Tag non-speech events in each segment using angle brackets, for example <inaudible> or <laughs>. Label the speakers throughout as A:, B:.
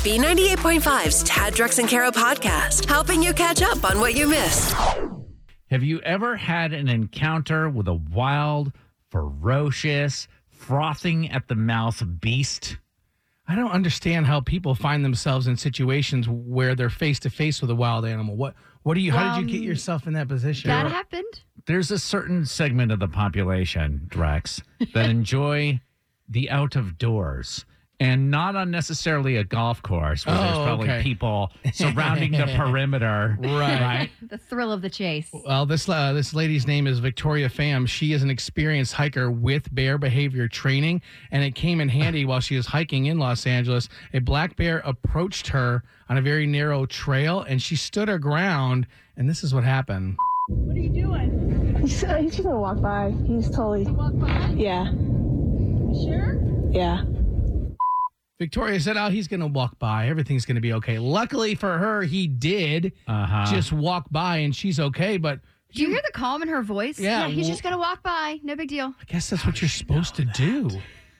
A: B98.5's Tad Drex and Kara podcast, helping you catch up on what you missed.
B: Have you ever had an encounter with a wild, ferocious, frothing at the mouth beast?
C: I don't understand how people find themselves in situations where they're face to face with a wild animal. What what do you how did you get
D: Um,
C: yourself in that position?
D: That happened.
B: There's a certain segment of the population, Drex,
D: <laughs>
B: that enjoy the out of doors and not on necessarily a golf course where there's
C: Oh,
B: probably
D: <laughs>
C: okay.
B: people
C: <laughs>
B: surrounding the perimeter.
C: Right.
B: Right.
D: The thrill of the chase.
C: Well, this uh, this lady's name is Victoria Pham. She is an experienced hiker with bear behavior training, and it came in handy while she was hiking in Los Angeles. A black bear approached her on a very narrow trail, and she stood her ground. And this is what happened.
E: He's, uh, he's just gonna walk by. He's totally. Walk by? Yeah. sure? Yeah.
C: Victoria said, "Oh, he's gonna walk by. Everything's gonna be okay." Luckily for her, he did
B: Uh huh.
C: just walk by, and she's okay. But
D: Do you hear the calm in her voice?
C: Yeah,
D: he's
C: well-
D: just gonna walk by. No big deal.
C: I guess that's what you're supposed to do.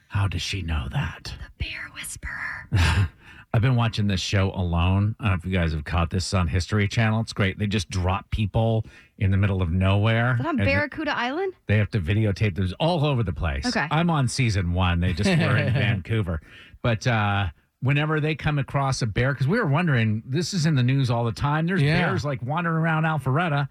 B: How does she know that?
D: Bear whisperer.
B: <laughs> I've been watching this show alone. I don't know if you guys have caught this on History Channel. It's great. They just drop people in the middle of nowhere.
D: Is that on
B: and
D: Barracuda Island?
B: <laughs> They have to videotape those all over the place.
D: Okay.
B: I'm on season one. They just were in Vancouver. But uh, whenever they come across a bear, because we were wondering, this is in the news all the time. There's
C: Yeah.
B: bears like wandering around Alpharetta.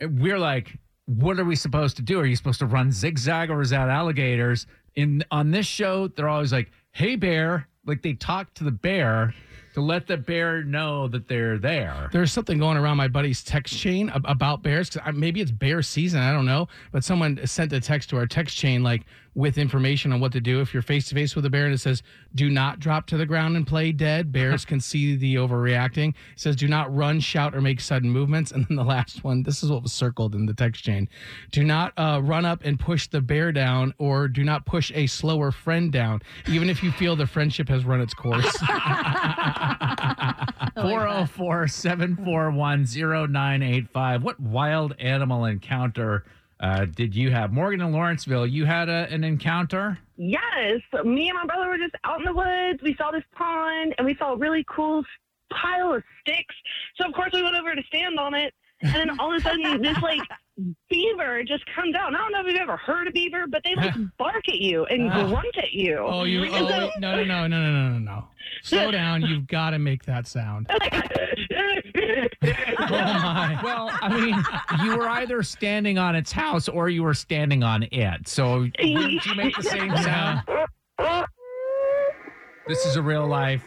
B: We're like, what are we supposed to do? Are you supposed to run zigzag or is that alligators? In on this show, they're always like, hey bear. Like they talk to the bear to let the bear know that they're there.
C: There's something going around my buddy's text chain ab- about bears. 'cause I- Maybe it's bear season. I don't know. But someone sent a text to our text chain, like with information on what to do if you're face to face with a bear. And it says, do not drop to the ground and play dead. Bears can see the overreacting. It says, do not run, shout, or make sudden movements. <laughs> And then the last one, this is what was circled in the text chain do not uh, run up and push the bear down, or do not push a slower friend down, even if you feel the friendship has run its course.
B: 404 741 0985. What wild animal encounter uh, did you have? Morgan in Lawrenceville, you had a, an encounter?
F: Yes, me and my brother were just out in the woods. We saw this pond and we saw a really cool pile of sticks. So of course we went over to stand on it, and then all of a
C: <laughs>
F: sudden this like beaver just comes out. And I don't know if you've ever heard a beaver, but they
C: <laughs>
F: like bark at you and
C: Ah.
F: grunt at you.
C: Oh, you!
F: And
C: Oh,
F: so-
C: wait, no, no, no, no, no, no, no, no! Slow down. You've got to make that sound.
F: <laughs>
C: Oh my!
B: Well, I mean, you were either standing on its house or you were standing on it. So wouldn't you make the same sound? This is a real life.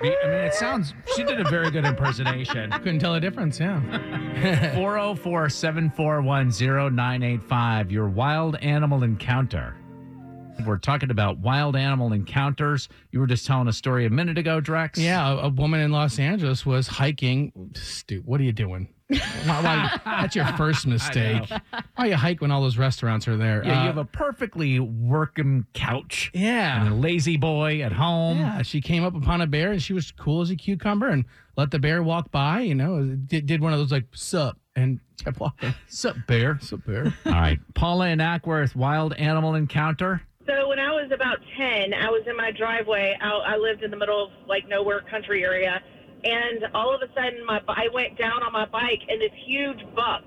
B: I mean, it sounds, she did a very good impersonation.
C: Couldn't tell the difference. Yeah. <laughs>
B: 404 741 0985, your wild animal encounter. We're talking about wild animal encounters. You were just telling a story a minute ago, Drex.
C: Yeah. A, a woman in Los Angeles was hiking. Stu, what are you doing? Why, why, that's your
B: <laughs>
C: first mistake. Why you hike when all those restaurants are there?
B: Yeah,
C: Uh,
B: you have a perfectly working couch and
C: yeah.
B: a lazy boy at home.
C: Yeah, she came up upon a bear and she was cool as a cucumber and let the bear walk by. You know, did, did one of those like sup and kept walking.
B: <laughs> Sup, bear?
C: Sup bear.
B: All right. Paula and Ackworth, wild animal encounter.
F: So when I was about 10, I was in my driveway. Out, I lived in the middle of like nowhere country area, and all of a sudden, my I went down on my bike, and this huge buck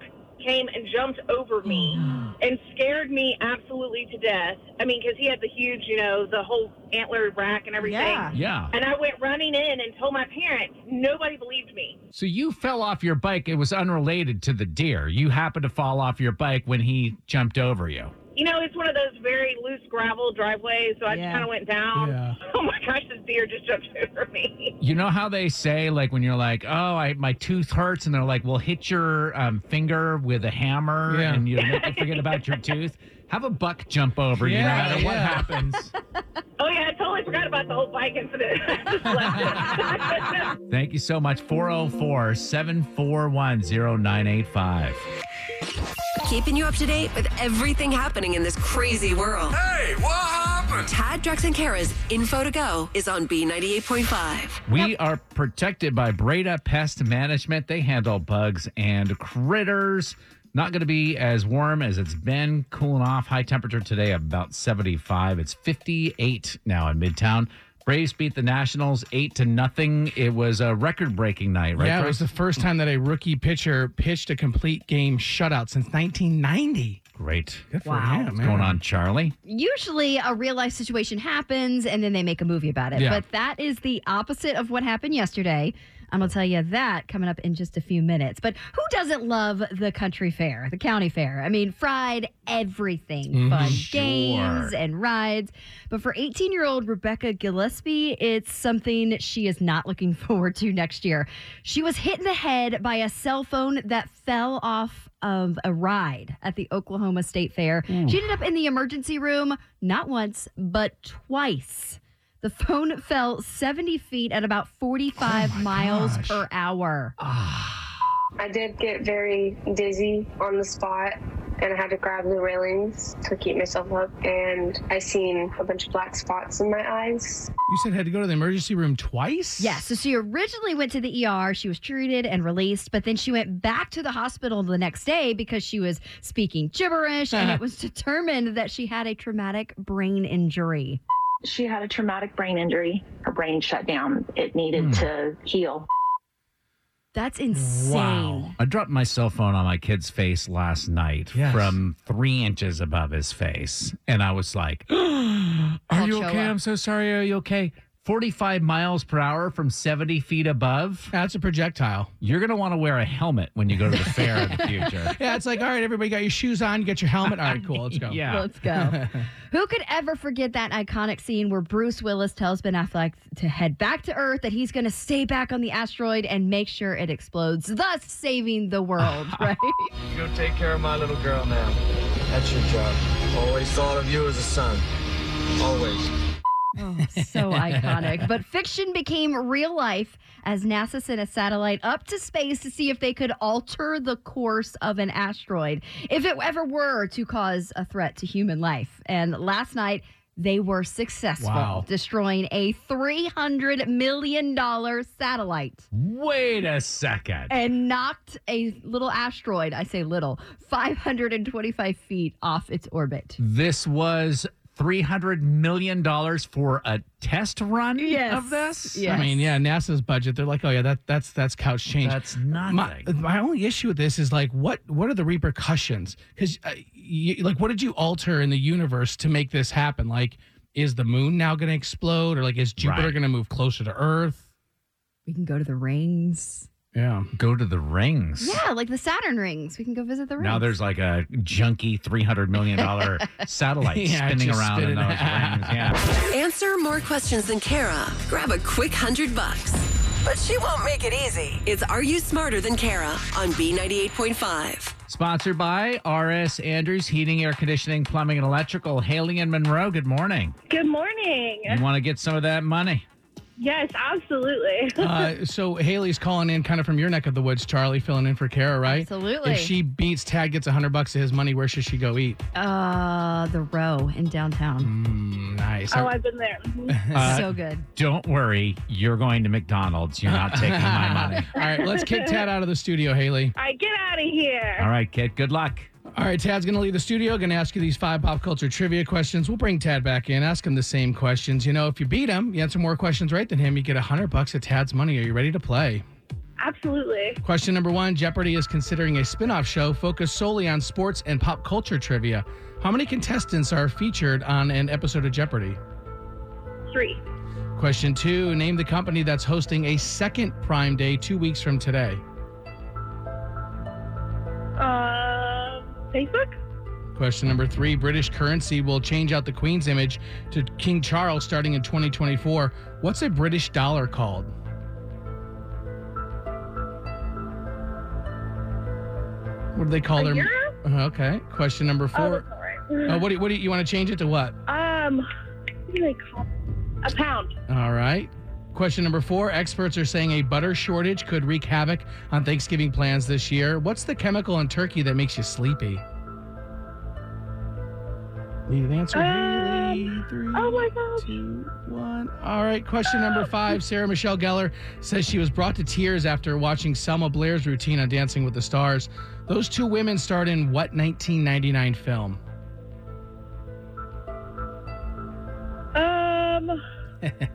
F: came and jumped over me
D: Mm.
F: and scared me absolutely to death. I mean, because he had the huge, you know, the whole antler rack and everything.
D: Yeah.
B: Yeah.
F: And I went running in and told my parents. Nobody believed me.
B: So you fell off your bike. It was unrelated to the deer. You happened to fall off your bike when he jumped over you.
F: You know, it's one of those very loose gravel driveways, so I just
D: Yeah.
F: kind of went down.
C: Yeah.
F: <laughs> Oh my gosh, this deer just jumped over me.
B: You know how they say, like, when you're like, "Oh, I, my tooth hurts," and they're like, "Well, hit your um, finger with a hammer,
C: Yeah.
B: and you make it forget about your tooth." Have a buck jump over you, no
C: Yeah,
B: matter what
C: yeah.
B: happens.
F: <laughs> Oh yeah, I totally forgot about the whole bike incident.
B: Thank you so much. 404 741 0985.
A: Keeping you up to date with everything happening in this crazy world.
G: Hey, what happened?
A: Tad, Drex, and Kara's Info to Go is on B98.5.
B: We are protected by Breda Pest Management. They handle bugs and critters. Not going to be as warm as it's been. Cooling off. High temperature today, about 75. It's 58 now in Midtown. Braves beat the Nationals eight to nothing. It was a record-breaking night, right?
C: yeah, it was
B: Bryce?
C: the first time that a rookie pitcher pitched a complete game shutout since 1990.
B: great.
C: Good for
D: Wow.
C: him,
D: What's
B: What's going on, Charlie?
D: Usually, a real life situation happens and then they make a movie about it.
C: Yeah.
D: But that is the opposite of what happened yesterday. And I'll tell you that coming up in just a few minutes. But who doesn't love the country fair, the county fair? I mean, fried everything fun
B: Sure.
D: games and rides. But for 18 year old Rebecca Gillespie, it's something she is not looking <laughs> forward to next year. She was hit in the head by a cell phone that fell off of a ride at the Oklahoma State Fair. She ended up in the emergency room not once, but twice. The phone fell 70 feet at about 45 miles per hour.
H: I did get very dizzy on the spot and I had to grab the railings to keep myself up and I seen a bunch of black spots in my eyes.
C: You said had to go to the emergency room twice?
D: Yeah, so she originally went to the ER. She was treated and released, but then she went back to the hospital the next day because she was speaking gibberish and it was determined that she had a traumatic brain injury.
I: She had a traumatic brain injury. Her brain shut down. It needed to heal.
D: Mm. That's insane.
C: Wow.
B: I dropped my cell phone on my kid's face last night
C: Yes.
B: from three inches above his face. And I was like, <gasps> Are
D: I'll
B: you
D: show
B: okay?
D: up.
B: I'm so sorry. Are you okay? 45 miles per hour from 70 feet above.
C: That's a projectile.
B: You're going to want to wear a helmet when you go to the fair
C: <laughs>
B: in the future.
C: Yeah, it's like, all right, everybody got your shoes on, get your helmet. All right, cool, let's go.
B: <laughs> Yeah.
D: Let's go. Who could ever forget that iconic scene where Bruce Willis tells Ben Affleck to head back to Earth, that he's going to stay back on the asteroid and make sure it explodes, thus saving the world, right?
G: You go take care of my little girl now. That's your job. Always thought of you as a son. Always.
D: Oh, so
G: <laughs>
D: iconic. But fiction became real life as NASA sent a satellite up to space to see if they could alter the course of an asteroid, if it ever were to cause a threat to human life. And last night, they were successful,
B: Wow.
D: destroying a $300 million satellite
B: Wait a second.
D: and knocked a little asteroid, I say little, 525 feet off its orbit.
B: This was $300 million for a test run
D: Yes.
B: of this?
D: Yes.
C: I mean,
D: <laughs>
C: yeah, <laughs> NASA's budget. They're like, oh yeah, that that's that's couch change.
B: That's
C: my,
B: nothing.
C: my only issue with this is like, what what are the repercussions? Because uh, you, like, what did you alter in the universe to make this happen? Like, is the moon now going to explode, or like, is Jupiter
B: Right.
C: going to move closer to Earth?
D: We can go to the rings.
C: Yeah,
B: go to the rings.
D: Yeah, like the Saturn rings. We can go visit the rings.
B: Now there's like a junky three hundred
C: <laughs>
B: million dollar satellite
C: Yeah,
B: spinning
C: just
B: around in
C: spinning.
B: those rings. Yeah.
A: Answer more questions than Kara. Grab a quick hundred bucks. But she won't make it easy. It's Are You Smarter Than Kara on B98.5.
B: Sponsored by RS Andrews Heating, Air Conditioning, Plumbing, and Electrical. Haley and Monroe. Good morning.
F: Good morning.
B: You want to get some of that money?
F: Yes, absolutely. <laughs>
C: uh, so Haley's calling in kind of from your neck of the woods, Charlie, filling in for Kara, right?
D: Absolutely.
C: If she beats Tad, gets a hundred bucks of his money. Where should she go eat?
D: Uh, the row in downtown.
C: Mm, nice.
F: Oh, I've been there.
C: <laughs>
B: Uh,
D: so good.
B: Don't worry, you're going to McDonald's. You're not taking
F: <laughs>
D: <laughs>
B: my money.
C: All right, let's kick Tad out of the studio, Haley.
F: All right, get out of here.
B: All right, kid. Good luck.
C: All right, Tad's going to leave the studio. Going to ask you these five pop culture trivia questions. We'll bring Tad back in, ask him the same questions. You know, if you beat him, you answer more questions right than him, you get a hundred bucks of Tad's money. Are you ready to play?
F: Absolutely.
C: Question number one: Jeopardy is considering a spin-off show focused solely on sports and pop culture trivia. How many contestants are featured on an episode of Jeopardy?
F: Three.
C: Question two: Name the company that's hosting a second Prime Day two weeks from today.
F: Uh, Facebook?
C: Question number three British currency will change out the Queen's image to King Charles starting in 2024. What's a British dollar called? What do they call
F: A
C: their.
F: euro?
C: Uh, Okay. Question number
F: Oh, that's
C: four.
F: all right.
C: Uh, what, do you, what do you, you want to change it to what?
F: Um, what do they call A pound.
C: All right. Question number four. Experts are saying a butter shortage could wreak havoc on Thanksgiving plans this year. What's the chemical in turkey that makes you sleepy? Need an answer? Haley? Three,
F: oh my gosh.
C: two, one. All right. Question number five. Sarah Michelle Gellar says she was brought to tears after watching Selma Blair's routine on Dancing with the Stars. Those two women starred in what 1999 film?
F: Um,
C: <laughs>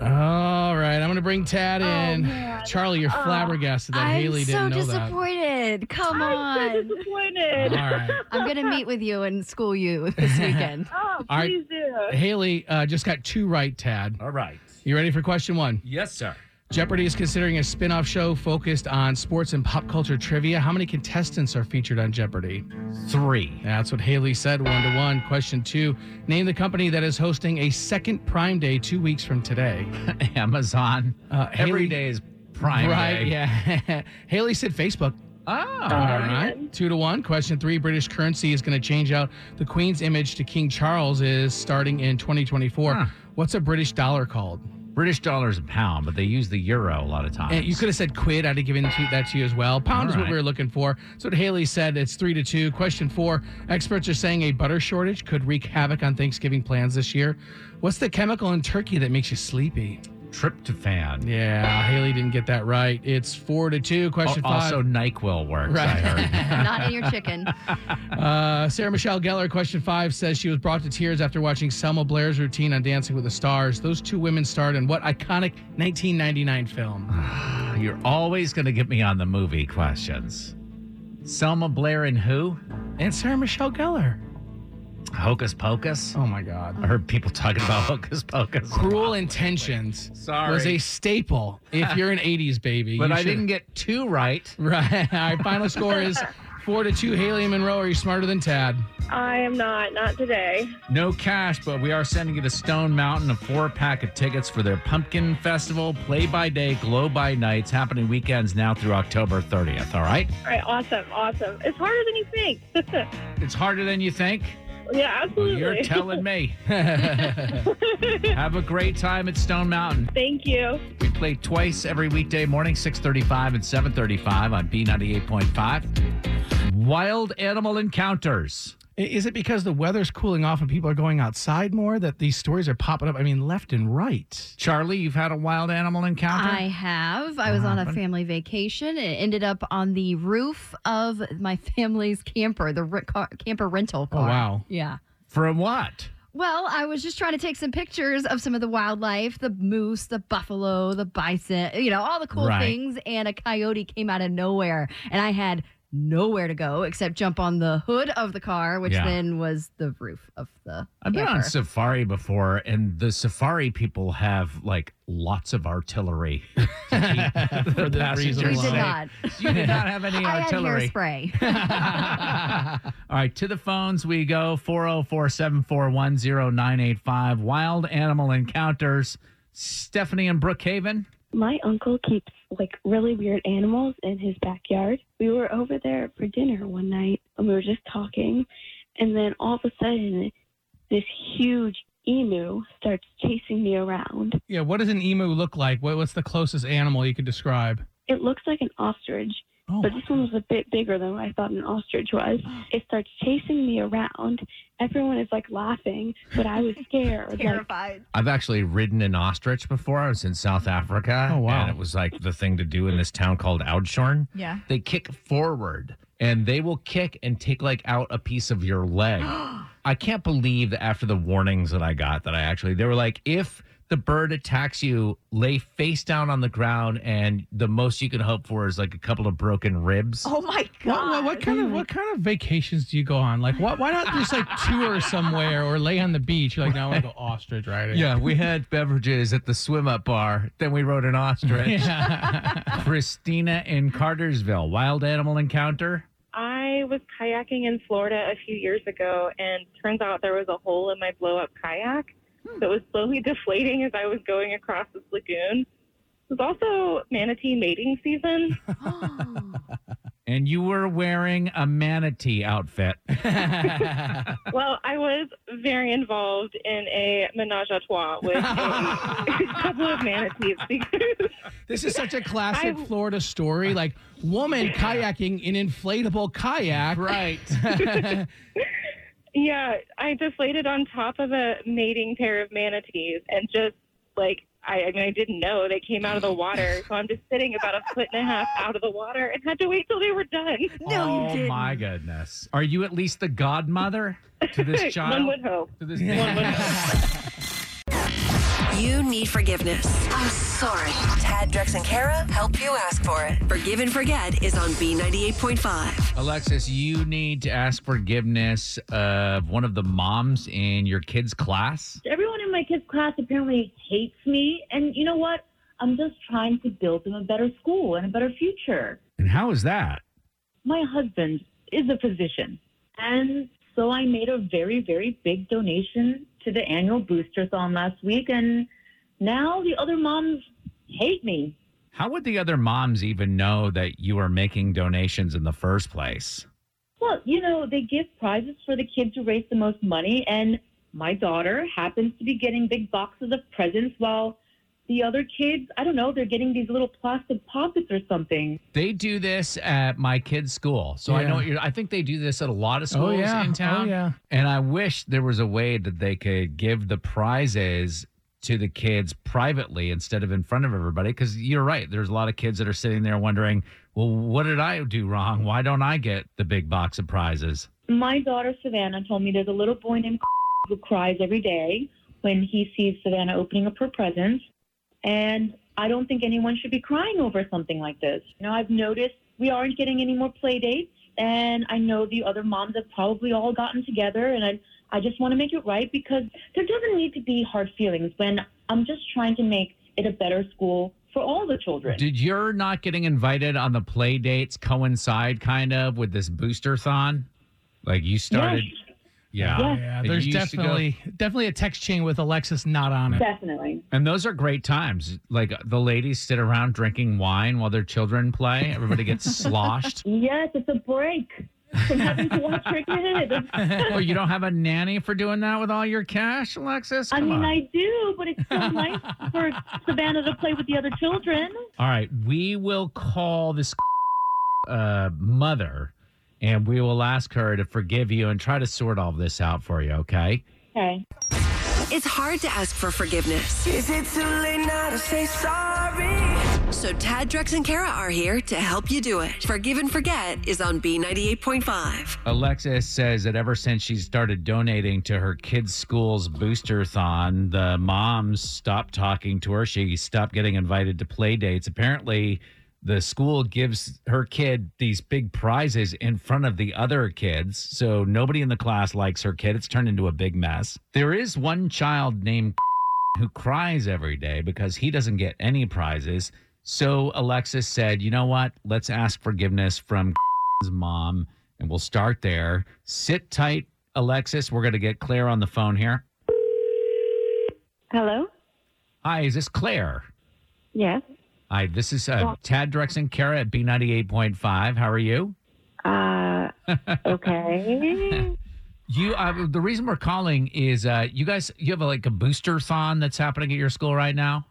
C: All right, I'm gonna bring
F: Oh,
C: Tad in. Charlie,
F: Uh,
C: you're flabbergasted that
D: I'm
C: Haley
D: so
C: didn't know that.
D: disappointed. Come
F: I'm so
D: on.
F: disappointed. <laughs>
C: All right.
D: I'm going to meet with you and school you
C: <laughs>
D: this weekend.
F: Oh,
C: All right.
F: please do.
C: Haley uh, just got two right, Tad.
B: All right.
C: You ready for question one?
B: Yes, sir.
C: Jeopardy is considering a spin off show focused on sports and pop culture trivia. How many contestants are featured on Jeopardy?
B: Three.
C: That's what Haley said, one to one. Question two Name the company that is hosting a second Prime Day two weeks from today.
B: <laughs> Amazon.
C: Uh,
B: Every day is prime
C: right,
B: day.
C: yeah. <laughs> Haley said Facebook.
B: Oh,
C: All right. Two to one. Question three British currency is going to change out the Queen's image to King Charles is starting in 2024.
B: Huh.
C: What's a British dollar called?
B: British dollars a pound, but they use the euro a lot of times.
C: And Eh, you could have said quid. I'd have given to, that to you as well. Pound is
B: All
C: what we
B: right.
C: were looking for. So what Haley said it's three to two. Question four Experts are saying a butter shortage could wreak havoc on Thanksgiving plans this year. What's the chemical in turkey that makes you sleepy?
B: tryptophan.
C: Yeah, Haley didn't get that right. It's four to two.
B: Al-
C: Question five.
B: Oh, Also, NyQuil works, I
C: Right. <laughs>
B: heard.
D: Not in your chicken.
C: Uh, Sarah Michelle Gellar, question five, says she was brought to tears after watching Selma Blair's routine on Dancing with the Stars. Those two women starred in what iconic 1999 film?
B: You're always going to get me on the movie questions. Oh, Selma Blair and who?
C: And Sarah Michelle Gellar.
B: Hocus Pocus?
C: Oh my God.
B: I heard people talking about <laughs> Hocus Pocus.
C: Cruel Intentions
B: Sorry.
C: was a staple if you're an 80s baby.
B: <laughs> but
C: You
B: I
C: should-
B: didn't get two right.
C: Right. All right. Final score
B: <laughs>
C: is four to two. Haley and Monroe, are you smarter than Tad?
F: I am not. Not today.
B: No cash, but we are sending you to Stone Mountain a four pack of tickets for their Pumpkin Festival, play by day, glow by nights, happening weekends now through October 30th. All right?
F: All right. Awesome. Awesome. It's harder than you think.
B: It's harder than you think.
F: yeah,
B: Well,
F: absolutely. <laughs>
B: you're telling me.
F: <sighs>
D: <laughs>
B: Have a great time at Stone Mountain.
F: Thank you.
B: We play twice every weekday morning, 635 and 735 on B98.5. Wild animal encounters.
C: I- Is it because the weather's cooling off and people are going outside more that these stories are popping up? I mean, left and right.
B: Charlie, you've had a wild animal encounter?
D: I have. I was on a family vacation. It ended up on the roof of my <laughs> family's camper, the re- car, camper rental
C: Oh,
D: car.
C: wow.
D: Yeah.
B: From what?
D: Well, I was just trying to take some pictures of some of the wildlife, the moose, the buffalo, the bison, you know, all the cool
B: Right.
D: things. And a coyote came out of nowhere. And I had nowhere to go except jump on the hood of the car, which
B: Yeah.
D: then was the roof of
B: <laughs>
D: the
B: I've been on
D: camper.
B: safari before, and the safari people have like lots of artillery. to
C: <laughs>
B: keep
C: For the
B: passengers
C: reason
D: we
C: why.
D: did not.
B: safe. You did not have any
D: <laughs> I had
B: artillery.
D: hairspray.
B: All right, to the phones we go 404 741 985. Wild animal encounters. Stephanie in Brookhaven.
E: My uncle keeps like really weird animals in his backyard. We were over there for dinner one night and we were just talking, and then all of a sudden, this huge emu starts chasing me around.
C: Yeah, what does an emu look like? What, what's the closest animal you could describe?
E: It looks like an ostrich,
C: Oh,
E: but this one was a bit bigger than what I thought an ostrich was. It starts chasing me around. Everyone is like laughing, but I was scared. like,
D: Terrified.
J: I've actually ridden an ostrich before. I was in South Africa.
C: Oh, wow.
J: And it was like the thing to do in this town called Oudtshoorn.
D: Yeah.
J: They kick forward and they will kick and take like out a piece of your
C: <gasps>
B: <gasps>
J: leg. I can't believe that after the warnings that I got that I actually they were like if the bird attacks you, lay face down on the ground and the most you can hope for is like a couple of broken ribs.
D: Oh my
C: what, what, what kind of what kind of vacations do you go on? Like,
K: <laughs>
C: what, why not just like tour somewhere or lay on the beach? You're like, no, I want to go ostrich riding.
J: Yeah,
B: <laughs>
J: we had beverages at the swim up bar. Then we rode an ostrich. <laughs>
B: Christina in Cartersville. Wild animal encounter.
F: I was kayaking in Florida a few years ago, and turns out there was a hole in my blow up kayak that was slowly <laughs> deflating as I was going across this
D: <laughs>
F: lagoon. It was also manatee mating season. and you were wearing a
J: <laughs>
F: manatee outfit.
K: Well, I was very involved in a menage a trois
D: <laughs>
K: with <laughs> a couple of manatees because
C: This is such a classic Florida story, like woman kayaking in inflatable kayak.
F: Right.
K: Yeah, I deflated on top of a mating pair of manatees and just like I, I mean I didn't know they came out of the water, so I'm just sitting about a foot and a half out of the water and had to wait till they were done.
F: oh my goodness. Are you at least the godmother
J: <laughs>
F: to this child?
K: One would hope.
F: To this
K: One would hope.
A: You need forgiveness. I'm sorry. Tad, Drex, and Kara help you ask for it. Forgive and Forget is on B98.5.
B: Alexis, you need to ask forgiveness of one of the moms in your kid's class.
L: Everyone in my kids' class apparently hates me, and you know what? I'm just trying to build them a better school and a better future.
F: And how is that?
L: My husband is a physician, and so I made a very, very big donation to the annual boosterthon last week, and now the other moms hate me.
B: How would the other moms even know that you are making donations in the first place?
L: Well, you know, they give prizes for the kids who raise the most money, and my daughter happens to be getting big boxes of presents while the other kids, I don't know, they're getting these little plastic pockets or something.
B: They do this at my kid's school. So I
C: Yeah.
B: know what you're, I think they do this at a lot of
C: Oh
B: schools
C: yeah.
B: in town.
C: Oh yeah.
B: And I wish there was a way that they could give the prizes to the kids privately instead of in front of everybody. Because you're right, there's a lot of kids that are sitting there wondering, well, what did I do wrong? Why don't I get the big box of prizes?
L: My daughter Savannah told me there's a little boy named <laughs> who cries every day when he sees Savannah opening up her presents, and I don't think anyone should be crying over something like this. You know, I've noticed we aren't getting any more play dates, and I know the other moms have probably all gotten together, and I I just want to make it right because there doesn't need to be hard feelings when I'm just trying to make it a better school for all the children.
B: Did your not getting invited on the play dates coincide kind of with this booster thon? Like you started. Yeah.
C: <laughs> Yeah.
B: And
C: There's
B: you used to go-
C: definitely definitely a text chain with Alexis not on it.
L: Definitely.
B: And those are great times. Like the ladies sit around drinking wine while their children play.
C: <laughs>
B: Everybody gets sloshed.
L: <laughs> Yes, it's a break from having to watch your
B: <laughs>
L: kids.
B: Oh, you don't have a nanny for doing that with all your cash, Alexis?
L: I
B: Come
L: mean,
B: on.
L: I do, but it's
B: <laughs>
L: so nice for Savannah to play with the other children.
B: All right, we will call this uh, mother, and we will ask her to forgive you and try to sort all this out for you. Okay.
L: Okay.
A: It's hard to ask for forgiveness. Is it too late now to say sorry? So Tad, Drex, and Kara are here to help you do it. Forgive and Forget is on B98.5.
B: Alexis says that ever since she started donating to her kids' school's boosterthon, the moms stopped talking to her. She stopped getting invited to play dates. Apparently, the school gives her kid these big prizes in front of the other kids. So nobody in the class likes her kid. It's turned into a big mess. There is one child named who cries every day because he doesn't get any prizes. So Alexis said, you know what? Let's ask forgiveness from <laughs> mom and we'll start there. Sit tight, Alexis. We're going to get Claire on the phone here.
M: Hello?
B: Hi, is this Claire? <laughs>
M: Yes.
B: Hi, this is uh, Tad Drex and Kara at B98.5. How are you?
M: Uh, okay.
B: <laughs> You, uh, the reason we're calling is uh, you guys, you have a, like a booster thon that's happening at your school right now.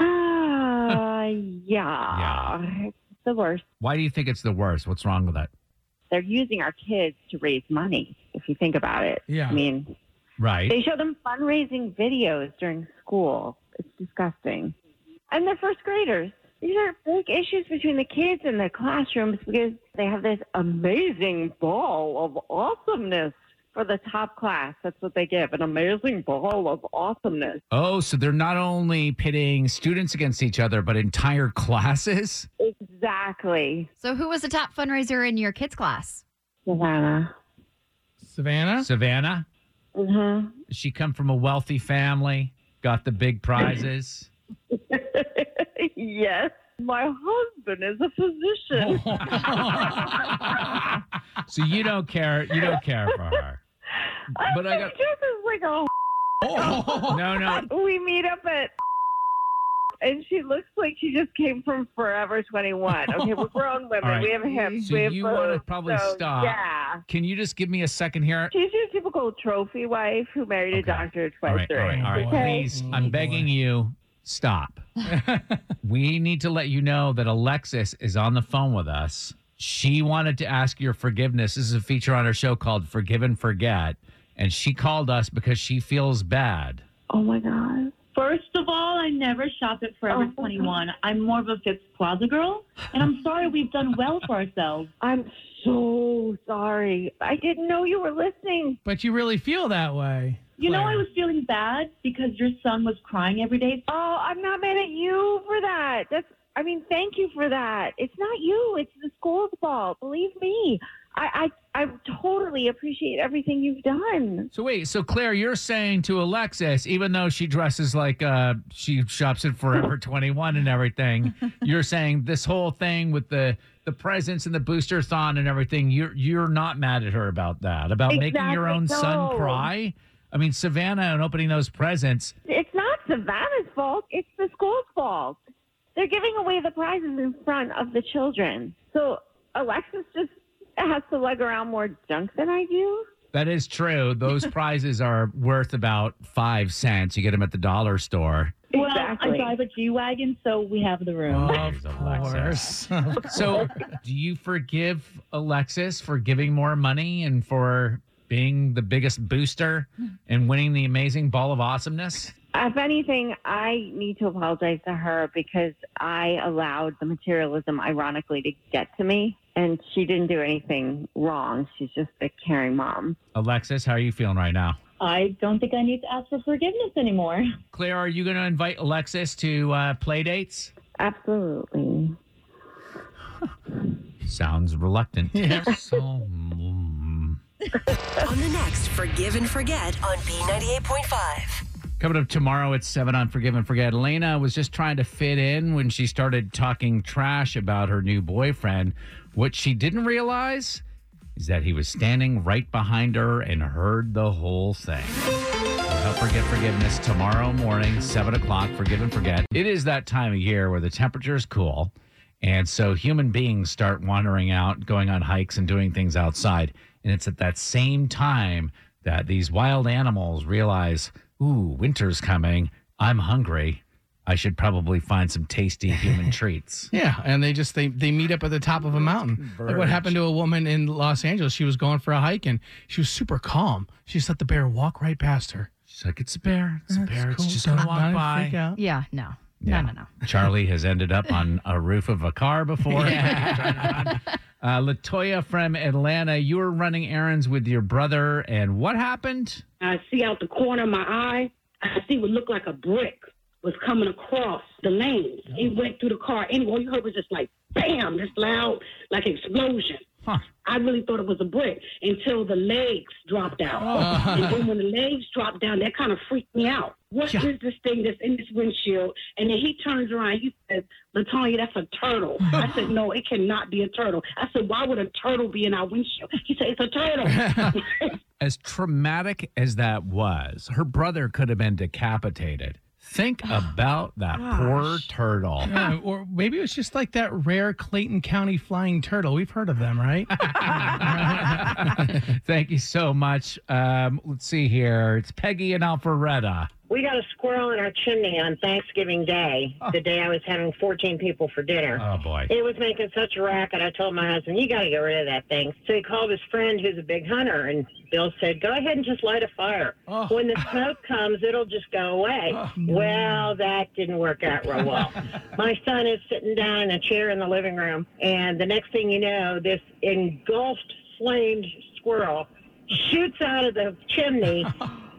M: Uh, yeah. It's the worst.
B: Why do you think it's the worst? What's wrong with it?
M: They're using our kids to raise money, if you think about it.
B: Yeah.
M: I mean,
B: Right.
M: they show them fundraising videos during school. It's disgusting. And they're first graders. These are big issues between the kids and the classrooms because they have this amazing ball of awesomeness for the top class. That's what they give an amazing ball of awesomeness.
B: Oh, so they're not only pitting students against each other, but entire classes?
M: Exactly.
D: So, who was the top fundraiser in your kids' class?
M: Savannah.
C: Savannah?
B: Savannah?
M: Mm-hmm.
B: She come from a wealthy family, got the big prizes.
M: yes. My husband is a physician.
B: so you don't care. You don't care
M: <laughs>
B: for her. But I got.
M: <laughs> This is like a.
B: <laughs> No, no.
M: We meet up at. and she looks like she just came from Forever
B: <laughs>
M: 21. Okay, we're grown women.
B: All right.
M: We have hips.
B: So
M: we have
B: you want to
M: boobs,
B: probably
M: so,
B: stop.
M: Yeah.
B: Can you just give me a second here?
M: She's your typical trophy wife who married a doctor twice.
B: All right, all right, all right. Please, I'm begging you, stop. we need to let you know that Alexis is on the phone with us. She wanted to ask your forgiveness. This is a feature on her show called Forgive and Forget. And she called us because she feels bad.
M: Oh my God. Oh,
L: First of all, I never shop at Forever 21. I'm more of a Fifth Plaza girl, and I'm sorry we've done well for ourselves.
M: I'm so sorry. I didn't know you were listening.
C: But you really feel that way.
L: You know, I was feeling bad because your son was crying every day.
M: Oh, I'm not mad at you for that. That's I mean, thank you for that. It's not you, it's the school's fault. Believe me. I I, I totally appreciate everything you've done.
B: So, wait, so Claire, you're saying to Alexis, even though she dresses like uh, she shops at Forever <laughs> 21 and everything, you're saying this whole thing with the the presents and the booster thon and everything, you're you're not mad at her about that, about making
M: Exactly,
B: your own son
M: no.
B: cry? I mean, Savannah and opening those presents,
M: It's not Savannah's fault, it's the school's fault. They're giving away the prizes in front of the children. So Alexis just has to lug around more junk than I do.
B: that is true.
M: <laughs>
B: Those prizes are worth about five cents. You get them at the dollar store.
L: Well, I drive a G Wagon, so we have the room.
B: Of course. so, do you forgive Alexis for giving more money and for being the biggest booster and winning the amazing ball of awesomeness?
M: If anything, I need to apologize to her because I allowed the materialism, ironically, to get to me. And she didn't do anything wrong. She's just a caring mom.
B: Alexis, how are you feeling right now?
L: I don't think <laughs> I need to ask for forgiveness anymore.
B: Claire, are you going to invite Alexis to uh, play dates?
M: Absolutely.
B: Sounds reluctant. So
A: on the next Forgive and Forget on B98.5.
B: Coming up tomorrow at 7 on Forgive and Forget. Elena was just trying to fit in when she started talking trash about her new boyfriend. What she didn't realize is that he was standing right behind her and heard the whole thing. We'll help her get forgiveness tomorrow morning, 7 o'clock, Forgive and Forget. It is that time of year where the temperature is cool. And so human beings start wandering out, going on hikes and doing things outside. And it's at that same time that these wild animals realize, ooh, winter's coming. I'm hungry. I should probably find some tasty human treats.
C: Yeah, and they just they they meet up at the top of a mountain. Like what
B: Converge.
C: happened to a woman in Los Angeles? She was going for a hike and she was super calm. She just let the bear walk right past her.
B: She's like, "It's a bear. It's a bear. It's just gonna
C: Don't-
B: walk
C: don't
B: by."
C: freak out.
D: Yeah, no. No, no, no.
B: Charlie has ended up on a roof of a car before. <laughs> Uh, Latoya from Atlanta, you were running errands with your brother, and what happened?
N: I see out the corner of my eye, I see what looked like a brick was coming across the lane. It went through the car. And all you heard was just like, bam, this loud, like explosion. I really thought it was a brick until the legs dropped out.
O: Oh.
N: And then when the legs dropped down, that kind of freaked me out. What is this thing that's in this windshield? And then he turns around. He says, Latonya, that's a turtle. I said, no, it cannot be a turtle. I said, why would a turtle be in our windshield? He said, it's a turtle.
B: As traumatic as that was, her brother could have been decapitated. Think about that poor turtle.
C: Yeah, or maybe it was just like that rare Clayton County flying turtle. We've heard of them, right?
B: Thank you so much. Um, let's see here. It's Peggy and Alpharetta.
P: We got a squirrel in our chimney on Thanksgiving Day, the day I was having 14 people for dinner.
B: Oh, boy.
P: It was making such a racket. I told my husband, you got to get rid of that thing. So he called his friend who's a big hunter, and Bill said, go ahead and just light a fire.
B: Oh.
P: When the smoke
B: <laughs>
P: comes, it'll just go away. Well, that didn't work out real
B: <laughs>
P: well. my son is sitting down in a chair in the living room, and the next thing you know, this engulfed, flamed squirrel shoots out of the chimney,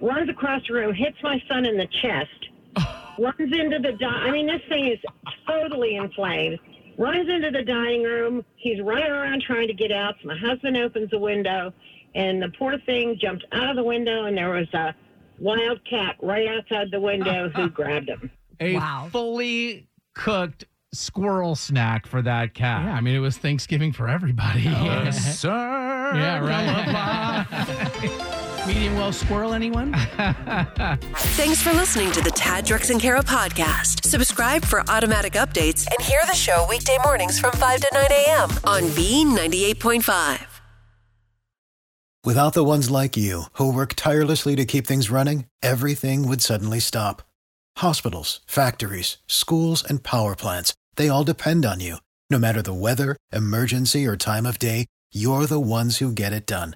P: runs across the room, hits my son in the chest, runs into the di- I mean, this thing is totally inflamed. Runs into the dining room. He's running around trying to get out. My husband opens the window, and the poor thing jumped out of the window, and there was a wild cat right outside the window who grabbed him.
B: A fully cooked squirrel snack for that cat. Yeah, I mean, it was <laughs> Thanksgiving for everybody.
C: Yeah.
B: sir.
C: Yeah, right.
B: lullaby.
C: Medium well squirrel, anyone?
A: Thanks for listening to the Tad Drex and Kara podcast. Subscribe for automatic updates and hear the show weekday mornings from 5 to 9 a.m. on B98.5.
O: Without the ones like you, who work tirelessly to keep things running, everything would suddenly stop. Hospitals, factories, schools, and power plants, they all depend on you. No matter the weather, emergency, or time of day, you're the ones who get it done.